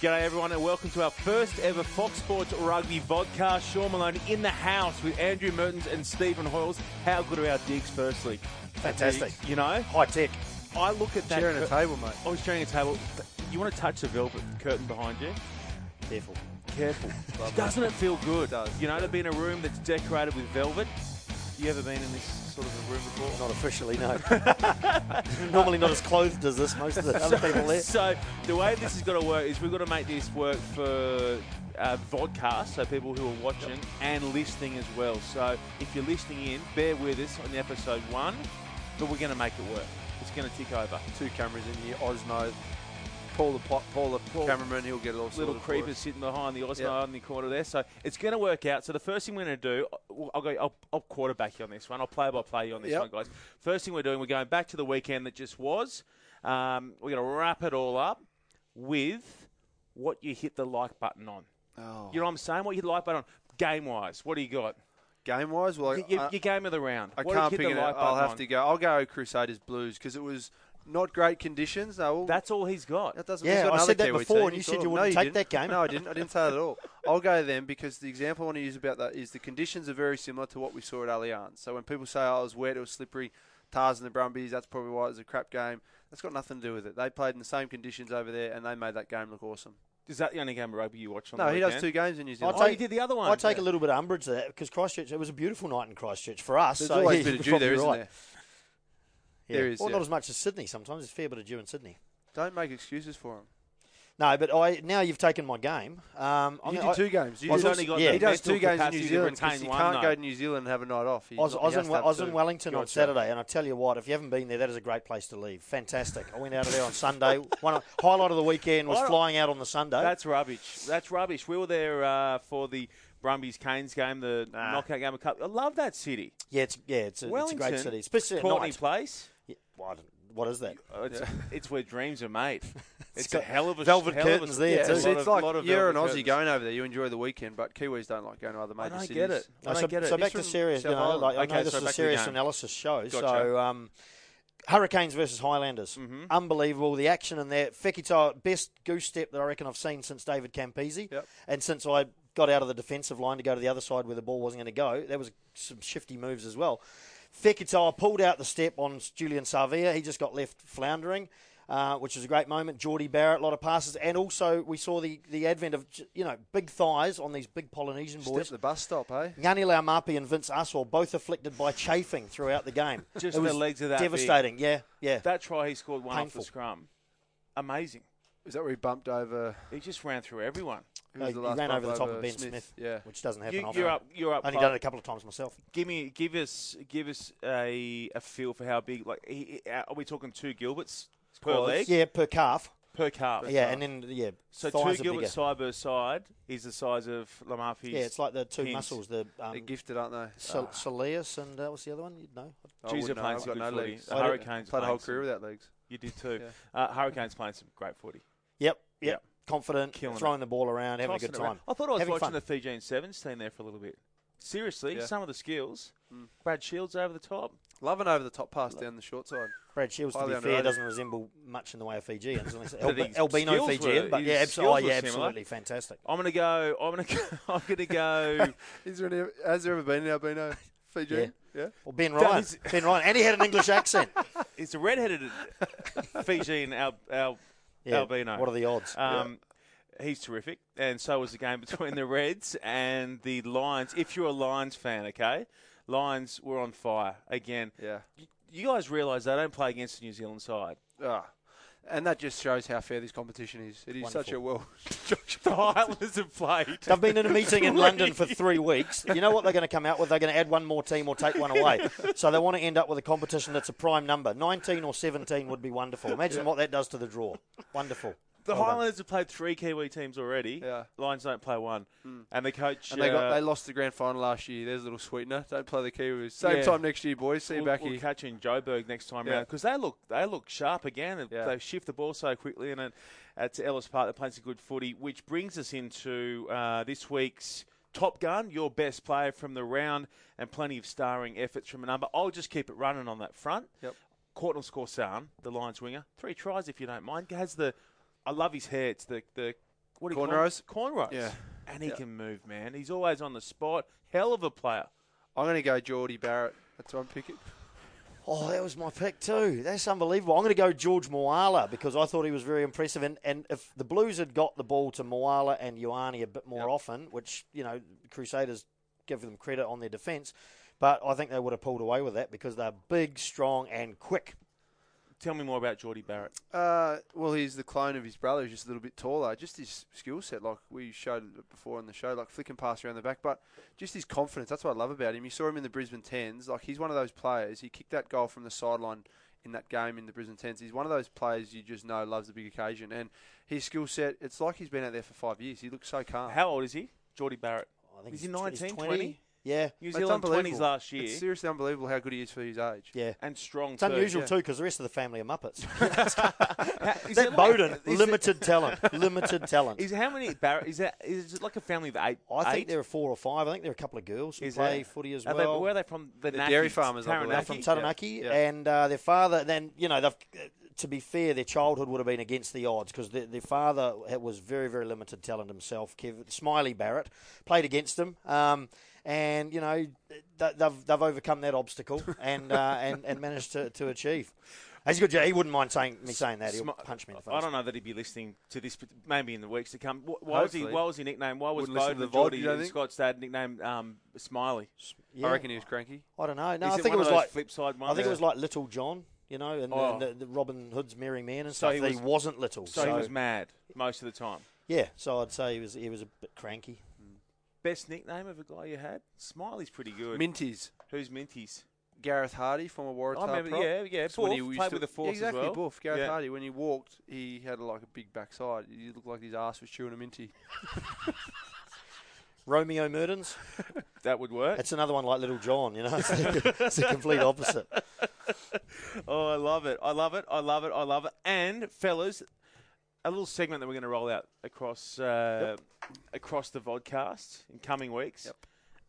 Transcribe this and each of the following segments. G'day, everyone, and welcome to our first ever Fox Sports Rugby podcast. Sean Malone in the house with Andrew Mertens and Stephen Hoyles. How good are our digs, firstly? Fantastic. You know, High tech. I look at that. Sharing a cur- table, mate. I was sharing a table. You want to touch the velvet curtain behind you? Careful. Careful. Doesn't it feel good? You know, to be in a room that's decorated with velvet. You ever been in this sort of a room before? Not officially, no. Normally not as clothed as this, most of the other people there. So the way this is going to work is we've got to make this work for uh, vodcast, so people who are watching and listening as well. So if you're listening in, bear with us on episode one, but we're going to make it work. It's going to tick over. two cameras in here, Osmo, Paul the pop, Paul the cameraman, he'll get it all Little sorted for creepers us. sitting behind the Osmo Yep. in the corner there, so it's going to work out. So the first thing we're going to do, I'll- I'll go, I'll, I'll quarterback you on this one. I'll play by play you on this Yep. one, guys. First thing we're doing, we're going back to the weekend that just was. Um, we're going to wrap it all up with what you hit the like button on. Oh. You know what I'm saying? What you hit the like button on? Game wise, what do you got? Game wise, well, Y- your, I, your game of the round. I what can't did you pick hit it. the like out. I'll button have on? to go. I'll go Crusaders Blues because it was not great conditions. They were all- That's all he's got. That doesn't. Yeah, he's got I another said that Kiwi before team. and you It's said all- you no, wouldn't take didn't. that game. No, I didn't. I didn't say that at all. I'll go them because the example I want to use about that is the conditions are very similar to what we saw at Allianz. So when people say, "Oh, it was wet, it was slippery," Tars and the Brumbies, that's probably why it was a crap game. That's got nothing to do with it. They played in the same conditions over there and they made that game look awesome. Is that the only game of rugby you watch on No, the he weekend? does two games in New I'll Zealand. Oh, take- you did the other one. I take a little bit of umbrage to that because Christchurch, it was a beautiful night in Christchurch for us. There's so always yeah, a bit of you're dew probably there, isn't right. there? Yeah. There is, Well, yeah. not as much as Sydney sometimes. There's a fair bit of dew in Sydney. Don't make excuses for him. No, but I now you've taken my game. Um, I, You mean, did I, two games. You I was just- only got yeah, the he does mental two games in capacity New to Zealand because retain he one, can't go though. to New Zealand and have a night off. He's I was, not- I was he has in, to have I was in two. Wellington on Gotcha. Saturday, and I tell you what, if you haven't been there, that is a great place to leave. Fantastic. I went out of there on Sunday. One of, highlight of the weekend was I don't- flying out on the Sunday. That's rubbish. That's rubbish. We were there uh, for the Brumbies Canes game, the knockout game of cup. I love that city. yeah, it's yeah, it's a, it's a great Wellington, city, especially at Courtney night. Place. Yeah, well, I don't- what is that? Oh, It's, it's where dreams are made. it's, a got hell of a velvet hell of a- curtains there, Yeah, Yeah, too. a it's, lot it's of- like lot of you're an velvet Aussie curtains. going over there. You enjoy the weekend, but Kiwis don't like going to other I major don't cities. get it. I No, don't Uh, so, get it. so He's back to from serious. You South know, Island. like, I know Okay, this so is a back to the serious game. analysis show. Gotcha. So, um, Hurricanes versus Highlanders, Mm-hmm. unbelievable. The action in there. Fekito, best goose step that I reckon I've seen since David Campese, Yep. and since I got out of the defensive line to go to the other side where the ball wasn't going to go. There was some shifty moves as well. Fekito pulled out the step on Julian Savia. He just got left floundering. Uh, which was a great moment. Geordie Barrett, a lot of passes, and also we saw the, the advent of you know big thighs on these big Polynesian Step boys. the bus stop, hey? Yanni Laumapi and Vince Aswell both afflicted by chafing throughout the game. Just It the was legs are that big. devastating. Yeah, yeah. That try he scored one off Painful. the scrum. Amazing. Is that where he bumped over? He just ran through everyone. Who No, was he the last ran bump over the top of Ben Smith, Yeah. which doesn't happen You, often. you're up. You're up. Only close. done it a couple of times myself. Give me, give us, give us a a feel for how big. Like, he, he- are we talking two Gilberts per Quads. leg Yeah, per calf. per calf? yeah, and then yeah, So thighs two are Gilberts bigger. side by side is the size of Lamafi's. Yeah, it's like the two Kings. muscles. The um, They're gifted, aren't they? Ah. sal- soleus and uh, what's the other one? You know, I Jesus wouldn't know. plays I've good got no footy. legs. The Hurricanes Played a whole plays career without legs. You did too. Uh, Hurricanes playing some great footy. Yep, yep. Yep. Confident, Killing throwing the ball around, having Tossing a good it around. time. I thought I was Having watching fun. the Fijian Sevens team there for a little bit. Seriously, Yeah. some of the skills. Brad Shields over the top. Loving over the top pass down the short side. Brad Shields, to be Highly fair, underrated. doesn't resemble much in the way of Fijians, unless But Albi- his albino skills were- Fijian. but his yeah, abso- skills oh, were yeah, similar. absolutely fantastic. I'm gonna go. I'm gonna. Go, I'm gonna go. Is there any, has there ever been an albino Fiji? Yeah. yeah? Well, Ben That Ryan, is- Ben Ryan, and he had an English accent. it's a redheaded Fijian al, al, Yeah, albino. What are the odds? Um, He's terrific, and so was the game between the Reds and the Lions. If you're a Lions fan, okay, Lions were on fire again. Yeah. Y- You guys realise they don't play against the New Zealand side. Ah. And that just shows how fair this competition is. It is such a well The Highlanders have played. They've been in a meeting in London for three weeks. You know what they're going to come out with? They're going to add one more team or take one away. So they want to end up with a competition that's a prime number. 19 or 17 would be wonderful. Imagine what that does to the draw. Wonderful. The Well done. Highlanders have played three Kiwi teams already. Yeah. Hmm. Lions don't play one, and the coach. And they got uh, they lost the grand final last year. There's a little sweetener. Don't play the Kiwis. Same Yeah. time next year, boys. See you we'll, back we'll here. catch in Joburg next time Yeah. round because they look they look sharp again. and Yeah. They shift the ball so quickly, and it, uh, to Ellis Park they're playing some good footy, which brings us into uh, this week's Top Gun, your best player from the round, and plenty of starring efforts from a number. I'll just keep it running on that front. Yep. Courtnell Scorsan, the Lions winger, three tries if you don't mind. Has the I love his hair. It's the the what do you call- Cornrows? Cornrows. Yeah. And he Yeah. can move, man. He's always on the spot. Hell of a player. I'm going to go Geordie Barrett. That's what I'm picking. Oh, that was my pick too. That's unbelievable. I'm going to go George Moala because I thought he was very impressive. And, and if the Blues had got the ball to Moala and Ioane a bit more Yep. often, which, you know, Crusaders give them credit on their defence, but I think they would have pulled away with that because they're big, strong, and quick. Tell me more about Geordie Barrett. Uh, well, he's the clone of his brother. He's just a little bit taller. Just his skill set, like we showed it before on the show, like flicking pass around the back. But just his confidence. That's what I love about him. You saw him in the Brisbane Tens. Like he's one of those players. He kicked that goal from the sideline in that game in the Brisbane Tens. He's one of those players you just know loves the big occasion. And his skill set, it's like he's been out there for five years. He looks so calm. Uh, How old is he? Geordie Barrett. Oh, I think Is he's he tw- he's 19, 20? Yeah, New Mate, it's Zealand twenties unbelievable. last year It's seriously unbelievable how good he is for his age. yeah. and strong. It's unusual yeah. too because the rest of the family are Muppets. How, is that it like- Bowden, is it- limited talent, limited talent. Is how many Barrett? Is that is it like a family of eight? I think eight? there are four or five. I think there are a couple of girls who Is play there? footy as Are they, well. where are they from? The, They're dairy Nakis, farmers, I believe. They're Taranaki? from Yeah. Taranaki, yeah. and uh, their father. Then you know, they've, uh, to be fair, their childhood would have been against the odds because their, their father had- was very, very limited talent himself. Kev Smiley Barrett played against him, um, and you know th- they've they've overcome that obstacle and uh, and and managed to, to achieve. He's good. Yeah, he wouldn't mind saying me saying that. He'll Smi- punch me in the face. I don't know that he'd be listening to this, but maybe in the weeks to come. Wh- Why was he? Hopefully. Why was he nicknamed? Why was Wouldn't listen to Bowden the and VOD, you Geordie don't and think? Scott's dad nicknamed um, Smiley? Yeah. I reckon he was cranky. I don't know. No, Is I it one think it was of those like flip side ones? I think it was like Little John, you know, and, Oh. and the, the Robin Hood's Merry Man and So stuff. he that was- wasn't little, so, so he was mad most of the time. yeah. So I'd say he was he was a bit cranky. Best nickname of a guy you had? Smiley's pretty good. Minties. Who's Minties? Gareth Hardy, former Waratah I remember. prop. Oh, Yeah, yeah. That's when Boof, he used played to- with the Yeah, force exactly, as well. Boof, Gareth Yeah. Hardy. When he walked, he had like a big backside. He looked like his ass was chewing a minty. Romeo Murdens. That would work. That's another one like Little John, you know. It's the, it's the complete opposite. Oh, I love it. I love it. I love it. I love it. And fellas, a little segment that we're going to roll out across uh, across the vodcast in coming weeks. Yep.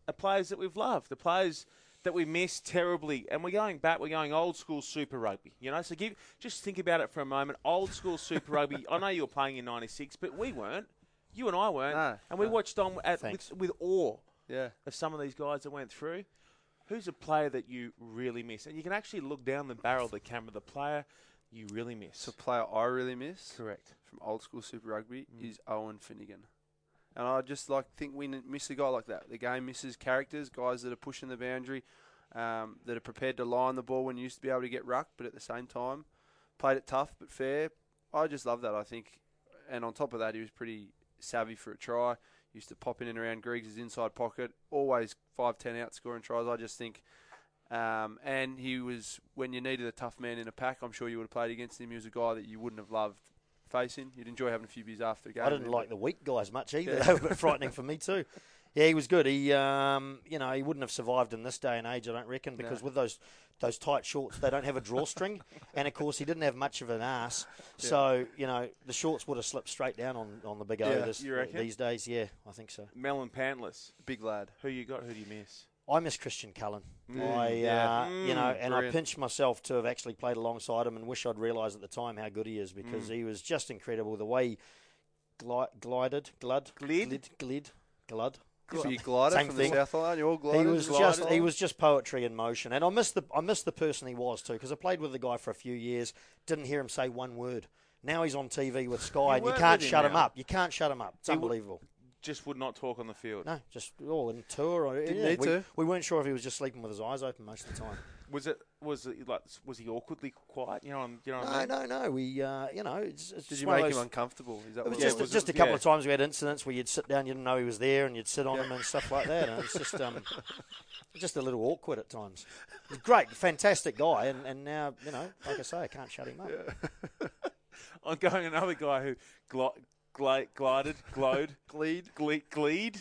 The players that we've loved, the players that we miss terribly, and we're going back. We're going old school Super Rugby. You know, so give just think about it for a moment. Old school Super Rugby. I know you were playing in '96, but we weren't. You and I weren't, No, and we no. watched on at, Thanks. with, with awe Yeah. of some of these guys that went through. Who's a player that you really miss? And you can actually look down the barrel of the camera, the player you really miss. So player I really miss Correct. from old school Super Rugby is Owen Finnegan. And I just like think we n- miss a guy like that. The game misses characters, guys that are pushing the boundary, um, that are prepared to lie on the ball when you used to be able to get ruck, but at the same time played it tough but fair. I just love that. I think, and on top of that, he was pretty savvy for a try. Used to pop in and around Griggs' inside pocket, always five ten out scoring tries. I just think um, and he was, when you needed a tough man in a pack, I'm sure you would have played against him. He was a guy that you wouldn't have loved facing. You'd enjoy having a few beers after the game. I didn't like the weak guys much either. Yeah. They were a bit frightening for me too. Yeah, he was good. He, um, you know, he wouldn't have survived in this day and age, I don't reckon, because with those those tight shorts, they don't have a drawstring, and of course, he didn't have much of an ass. So you know, the shorts would have slipped straight down on, on the big O Yeah, this, you reckon? these days. Yeah, I think so. Melon Pantless. Big lad. Who you got? Who do you miss? I miss Christian Cullen. Mm, I, yeah. uh, you know, Mm, and brilliant. I pinched myself to have actually played alongside him, and wish I'd realised at the time how good he is because he was just incredible. The way he gli- glided, glud, Glid? glid, glid, glud. Could be a glider Same from thing. the South Island. You're all gliders. He was gliders. just he was just poetry in motion, and I missed the I missed the person he was too because I played with the guy for a few years, didn't hear him say one word. Now he's on TV with Sky, and you work can't with him shut him now. up. You can't shut him up. It's He w- unbelievable. Just would not talk on the field. No, just all in tour. Or, Didn't yeah, need we, to. we weren't sure if he was just sleeping with his eyes open most of the time. Was it? Was it like? Was he awkwardly quiet? You know. what I'm- You know. What I No, mean? no, no. We, uh, you know, it's, it's Did just you one of make him those- uncomfortable? Is that It was what Yeah, just, it was? was just it- a couple yeah. of times we had incidents where you'd sit down, you didn't know he was there, and you'd sit on him and stuff like that. And it's just, um, just a little awkward at times. He's Great, fantastic guy, and, and now you know, like I say, I can't shut him up. I'm going another guy who gli- gli- glided, glowed, Glide. glee- gleed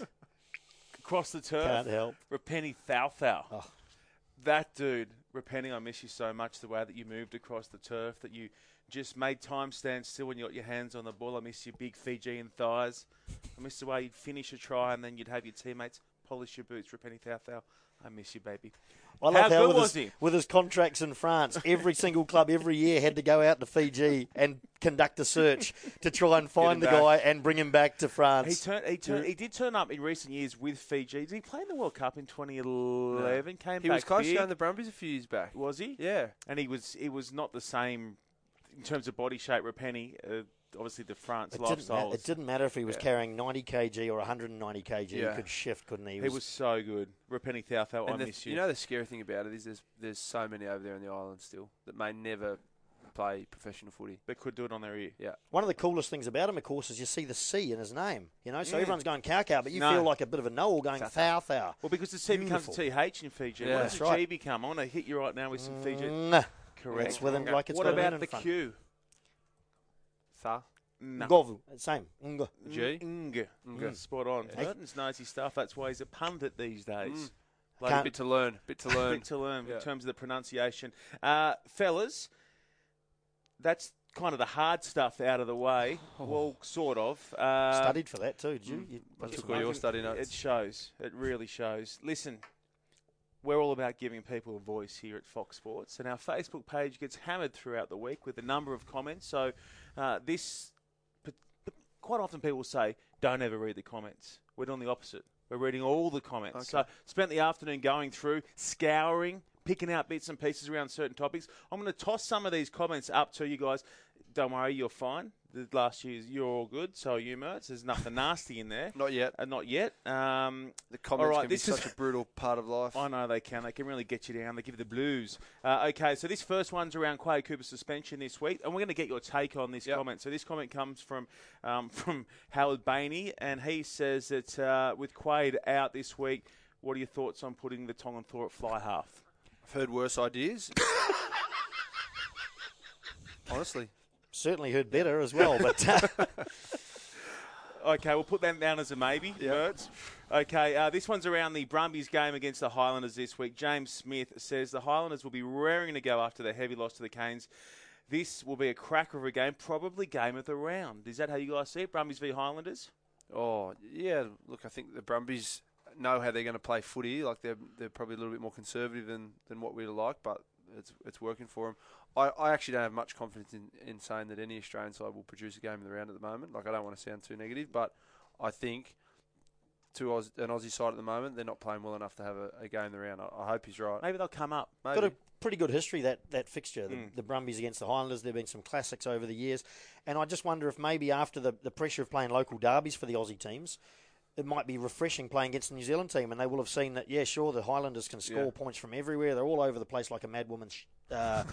across the turf. Can't help. Repeni Thalthal. Oh. That dude, Repeni, I miss you so much. The way that you moved across the turf, that you just made time stand still when you got your hands on the ball. I miss your big Fijian thighs. I miss the way you'd finish a try and then you'd have your teammates polish your boots. Repeni Thalthal, I miss you, baby. I love How how, good with, was his, he? with his contracts in France, every single club every year had to go out to Fiji and conduct a search to try and find the back. guy and bring him back to He France. turned. He turned. He did turn up in recent years with Fiji. Did he play in the World Cup in 2011? Came He back. was close to big. going to the Brumbies a few years back. was he? Yeah. And he was. It was not the same in terms of body shape. Rapeni, uh, obviously the France it, didn't lifestyle. ma- it didn't matter if he was carrying 90 kg or 190 kg. Yeah. He could shift, couldn't he? He He was so good. Rapeni Oh, Thauthau, I And the, miss you know the scary thing about it is there's there's so many over there in the island still that may never play professional footy. They could do it on their ear. One of the coolest things about him, of course, is you see the C in his name. You know, so Mm. everyone's going cow cow, but you No. feel like a bit of a know-all going thou thou. Well, because the C becomes a TH in Fiji. Yeah. What does That's the G right. become? I want to hit you right now with some Fiji. Nah. Correct. Mm-hmm. It's with an- like it's what got an N about in the front. Mm. Q? Tha. No. Ngovu. Same. Ngo. G? Ng. Mm. Spot on. Yeah. Burton's nosy stuff. That's why he's a pundit these days. Mm. Like Can't- a A bit to learn. Bit to bit learn. to learn Yeah. in terms of the pronunciation. Uh, fellas, that's kind of the hard stuff out of the way. Well, sort of. Uh, Studied for that too, did you? Mm-hmm. you I that's took all your study It notes. shows. It really shows. Listen, we're all about giving people a voice here at Fox Sports, and our Facebook page gets hammered throughout the week with a number of comments. So, uh, this but- but quite often people say, "Don't ever read the comments." We're doing the opposite. We're reading all the comments. So, spent the afternoon going through, scouring, picking out bits and pieces around certain topics. I'm going to toss some of these comments up to you guys. Don't worry, you're fine. The last year's, you're all good. So are you, Mertz. There's nothing nasty in there. Not yet. Uh, not yet. Um, The comments right, can be this is- such a brutal part of life. I know they can. They can really get you down. They give you the blues. Uh, okay, so this first one's around Quade Cooper's suspension this week, and we're going to get your take on this Yep. comment. So this comment comes from um, from Howard Bainey, and he says that uh, with Quade out this week, what are your thoughts on putting the Tongan Thor at fly half? I've heard worse ideas. Honestly. Certainly heard better as well, but uh, Okay, we'll put that down as a maybe. Mertz. Okay, uh, this one's around the Brumbies game against the Highlanders this week. James Smith says the Highlanders will be raring to go after their heavy loss to the Canes. This will be a cracker of a game, probably game of the round. Is that how you guys see it? Brumbies v Highlanders? Oh yeah, look, I think the Brumbies know how they're going to play footy. Like they're they're probably a little bit more conservative than, than what we'd like, but it's it's working for them. I, I actually don't have much confidence in, in saying that any Australian side will produce a game of the round at the moment. Like I don't want to sound too negative, but I think to Aus- an Aussie side at the moment, they're not playing well enough to have a, a game of the round. I, I hope he's right. Maybe they'll come up. Maybe. got a pretty good history that that fixture. The, the Brumbies against the Highlanders. There've been some classics over the years, and I just wonder if maybe after the, the pressure of playing local derbies for the Aussie teams, it might be refreshing playing against the New Zealand team, and they will have seen that. Yeah, sure, the Highlanders can score Yeah. points from everywhere. They're all over the place like a mad woman. Sh- uh,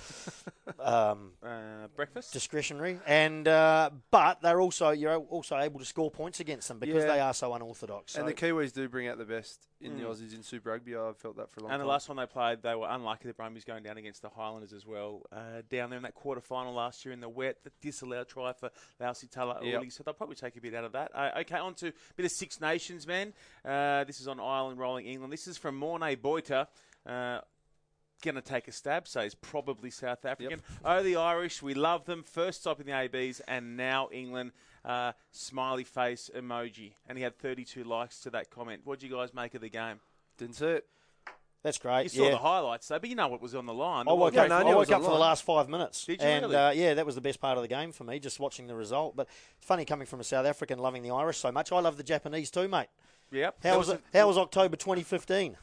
um, Uh, breakfast? discretionary, and uh, but they're also you're also able to score points against them because Yeah. they are so unorthodox. So Hmm. and the Kiwis do bring out the best in the Aussies in Super Rugby. I've felt that for a long and time. the last one they played, they were unlucky. The Brumbies going down against the Highlanders as well. Uh, down there in that quarter final last year in the wet, the disallowed try for Lausi Tala Yep. So they'll probably take a bit out of that. Uh, okay, on to a bit of Six Nations, man. Uh, this is on Ireland Rolling England. This is from Mornay Boyter. Uh, Going to take a stab, says probably South African. Oh, the Irish, we love them. First stop in the ABs, and now England. Uh, smiley face emoji. And he had 32 likes to that comment. What do you guys make of the game? Didn't see it. that's great. You saw yeah. the highlights though, but you know what was on the line. I woke Yeah, up, no, I I knew it Oh, was woke up for the online. last five minutes. Did you and, really? Uh, yeah, that was the best part of the game for me, just watching the result. But it's funny coming from a South African loving the Irish so much. I love the Japanese too, mate. Yep. How was, it? How was October 2015?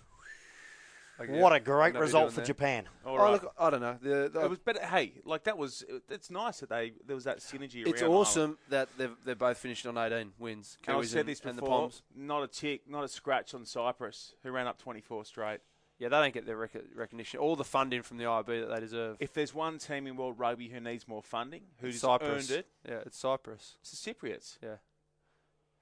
Like, What yeah, a great nothing result doing for there. Japan. All Oh, right. look, I don't know. The, the, it was better. Hey, like that was. It's nice that they there was that synergy. around It's Ireland. awesome that they've, they're both finishing on 18 wins. And Kiwis I've said this and the before. Palms. Not a tick, not a scratch on Cyprus, who ran up 24 straight. Yeah, they don't get their rec- recognition, all the funding from the IB that they deserve. If there's one team in world rugby who needs more funding, who's Cyprus. earned it, Yeah, it's Cyprus. it's the Cypriots.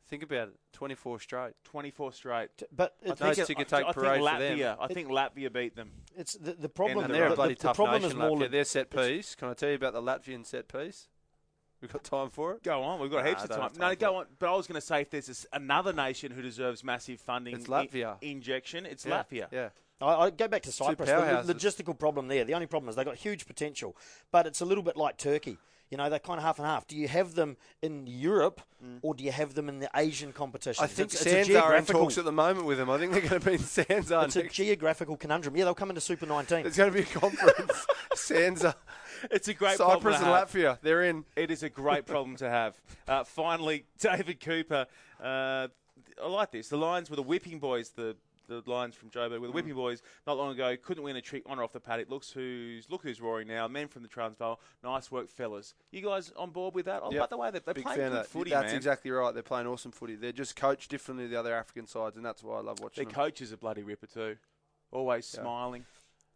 Think about it. 24 straight. 24 straight. T- But I it, No think, it- ticket I, take I parade think for Latvia. them. I think Latvia beat them. it's the, the problem. And And the- they're the- a bloody the tough problem nation, is more. Latvia. le- Their set piece. Can I tell you about the Latvian set piece? We've got time for it. Go on, we've got Nah, heaps I of don't time. have No, time go for on. But I was going to say, if there's this, another nation who deserves massive funding, It's i- Latvia. injection, it's yeah. Latvia. Yeah. I, I go back to Cyprus. The lo- powerhouses. logistical problem there. The only problem is they've got huge potential, but it's a little bit like Turkey. You know, they're kind of half and half. Do you have them in Europe or do you have them in the Asian competition? Mm. I think Sands are in talks at the moment with them. I think they're going to be in Sands are it's a geographical conundrum. Yeah, they'll come into Super 19. There's going to be a conference. Sands are. It's a great problem Cyprus to and have. Latvia, they're in. It is a great problem to have. Uh, finally, David Cooper. Uh, I like this. The Lions were the whipping boys. The the Lions from Joburg Hmm. were the whipping boys not long ago. Couldn't win a trick on or off the paddock. Looks who's look who's roaring now. Men from the Transvaal. Nice work, fellas. You guys on board with that? Oh, Yep. by the way, they, they Big play fan of good that. footy, that's man. exactly right. They're playing awesome footy. They're just coached differently to the other African sides, and that's why I love watching Their them. coach is a bloody ripper too. Always smiling.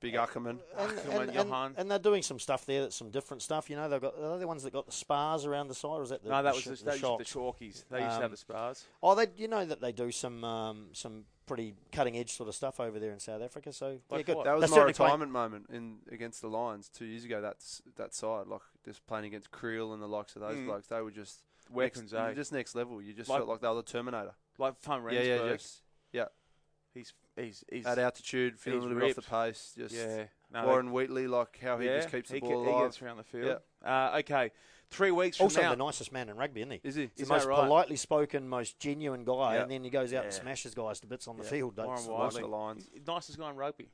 Big Ackerman. And, Come on, and, and- Johan. and they're doing some stuff there that's some different stuff. You know, they've got are they the ones that got the spars around the side, or is that the no, that the was sh- the, the that used to be shocks? the Chalkies. They used to have Um, the spars. Oh, they you know that they do some um, some pretty cutting edge sort of stuff over there in South Africa. So Like yeah, what? good. That They're was my certainly playing- retirement moment in against the Lions two years ago. That's that side, like just playing against Creel and the likes of those Mm. blokes. They were just Weapons, next, eh? just next level. You just Like- felt like they were the Terminator. Like Fun Rensburg. Yeah, yeah, yes. He's he's he's At altitude, feeling a he's little bit off ripped. the pace. Just yeah. No, they- Warren Wheatley, like how he just keeps the he, ball ge- He alive. gets around the field. Uh, okay, three weeks Also, from now. the nicest man in rugby, isn't he? Is he? He's Is the that most right? politely spoken, most genuine guy, Yeah. and then he goes out and Yeah. smashes guys to bits on the Yeah. field. don't Warren you? Watch the Wiley. Lions. He's the Nicest guy in rugby.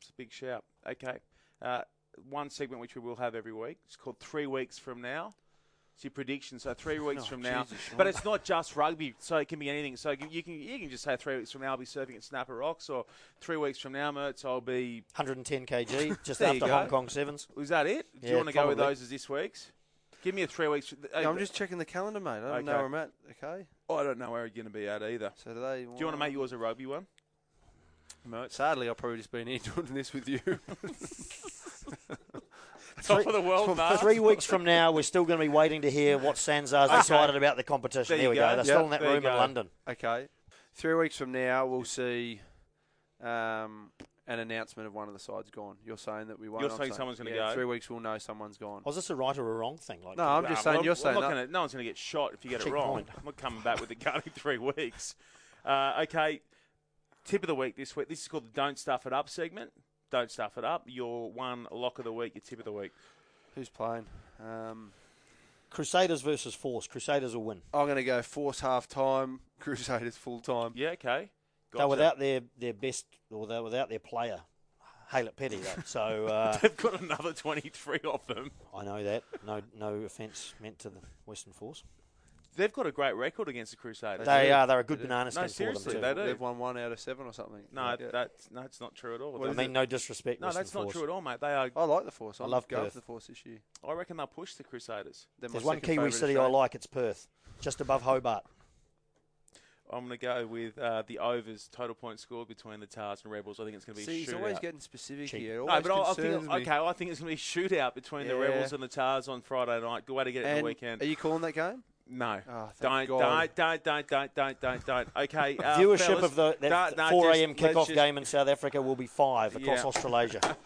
It's a big shout. Okay, uh, one segment which we will have every week. It's called Three Weeks From Now. It's your prediction. So three Oh, weeks from now, but it's not just rugby. So it can be anything. So you you can you can just say three weeks from now I'll be surfing at Snapper Rocks, or three weeks from now, Mertz, I'll be. 110 kg, just There you after go. Hong Kong sevens. Was that it? Do you Yeah, want to go with probably. those as this week's? Give me a three weeks. Yeah, I'm just checking the calendar, mate. I don't know Okay. where I'm at. Okay. I don't know where you're going to be at either. So today. Do you want to make yours a rugby one? Mertz. Sadly, I'll probably just be in here doing this with you. Top of the world, Mark. Three weeks from now, we're still going to be waiting to hear what Sanzar's Ah. Okay. decided about the competition. There There, you we go. go. They're Yeah, still in that there you room in go. London. Okay. Three weeks from now, we'll see um, an announcement of one of the sides gone. You're saying that we won't. You're I'm saying someone's gonna yeah, go. Three weeks, we'll know someone's gone. Was this a right or a wrong thing? Like, No, I'm just saying. well, you're I'm saying. not that- gonna- no one's going to get shot if you get it Check wrong. point. I'm not coming back with a gun in three weeks. Uh, okay, tip of the week this week. This is called the "Don't Stuff It Up" segment. Don't stuff it up. Your one lock of the week, your tip of the week. Who's playing? Um, Crusaders versus Force. Crusaders will win. I'm going to go force half time, Crusaders full time. Yeah, okay. They're Gotcha. without their, their best, or they're without their player, Halep Petty, though. So uh, They've got another 23 of them. I know that. No no offence meant to the Western Force. They've got a great record against the Crusaders. They do. are. They're a good They do. banana No, skin for them, seriously, too. they do. They've won one out of seven or something. no, Yeah. that's no, it's not true at all. What I is mean, no disrespect. no, Western that's not Force. true at all, mate. They are. I like the force. I I'm love going Perth. for the force this year. I reckon they'll push the Crusaders. They're my There's one second Kiwi favourite city I Australian. like. It's Perth, just above Hobart. I'm going to go with uh, the overs total points scored between the Tars and Rebels. I think it's going to be See, a he's shootout. always getting specific Cheap. here. No, Always but I, I concerns think me. okay. I think it's going to be a shootout between the Yeah. Rebels and the Tars on Friday night. Good way to get it in And the weekend. Are you calling that game? no, Oh, thank don't, God. don't, don't, don't, don't, don't, don't, don't. Okay, uh, Viewership fellas, of the that no, no, 4 just- a.m. let's kickoff just- game in South Africa will be five across Yeah. Australasia.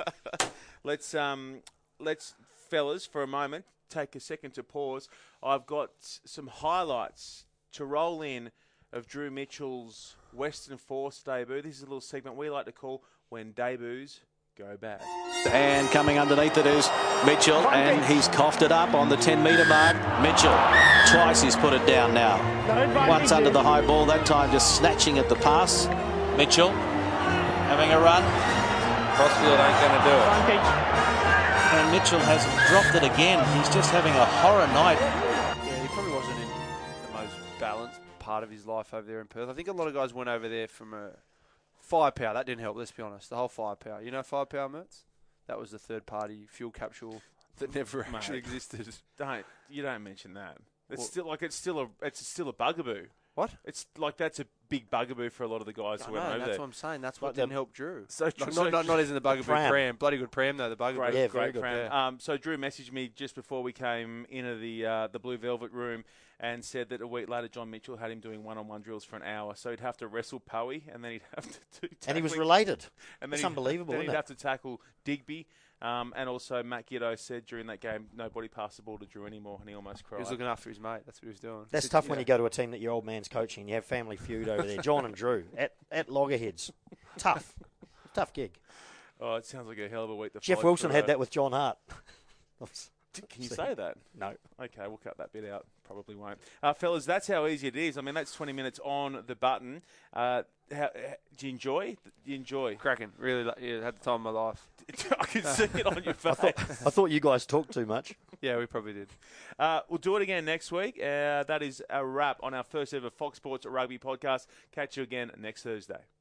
Let's um, let's fellas for a moment take a second to pause. I've got s- some highlights to roll in of Drew Mitchell's Western Force debut. This is a little segment we like to call "When Debuts Go Bad." And coming underneath it is Mitchell, and he's coughed it up on the 10 metre mark. Mitchell, twice he's put it down now. Once under the high ball, that time just snatching at the pass. Mitchell having a run, Crossfield ain't going to do it. and Mitchell has dropped it again. He's just having a horror night. Yeah, he probably wasn't in the most balanced part of his life over there in Perth. I think a lot of guys went over there from a firepower. That didn't help, let's be honest. The whole firepower. You know firepower, Mertz? That was the third party fuel capsule that never actually Mate. existed. Don't you don't mention that. It's Well- still like it's still a it's still a bugaboo. What? It's like that's a big bugaboo for a lot of the guys I who know, went over that's there. what I'm saying. That's what Like the- didn't help Drew. So Like, not, not, not as in the bugaboo pram. pram. Bloody good pram, though, the bugaboo. great, Yeah, very great good. pram. Yeah. Um, so Drew messaged me just before we came into the uh, the blue velvet room and said that a week later John Mitchell had him doing one on one drills for an hour. So he'd have to wrestle Powie and then he'd have to do and he was tackling- related. and It's he'd- unbelievable, Then isn't he'd it? have to tackle Digby. Um, and also Matt Giddo said during that game nobody passed the ball to Drew anymore and he almost He cried. was looking after his mate. That's what he was doing. That's tough when you go to a team that your old man's coaching. You have family feud over there. John and Drew at, at loggerheads. Tough. Tough gig. oh, it sounds like a hell of a week. To Jeff fight Wilson for, uh, had that with John Hart. Can you say that? No. Okay, we'll cut that bit out. Probably won't. Uh, fellas, that's how easy it is. I mean, that's 20 minutes on the button. Uh, how, h- do you enjoy? Do you enjoy? Cracking, really. Like, yeah, had the time of my life. I can see it on your face. I thought you guys talked too much. Yeah, we probably did. Uh, we'll do it again next week. Uh, that is a wrap on our first ever Fox Sports Rugby podcast. Catch you again next Thursday.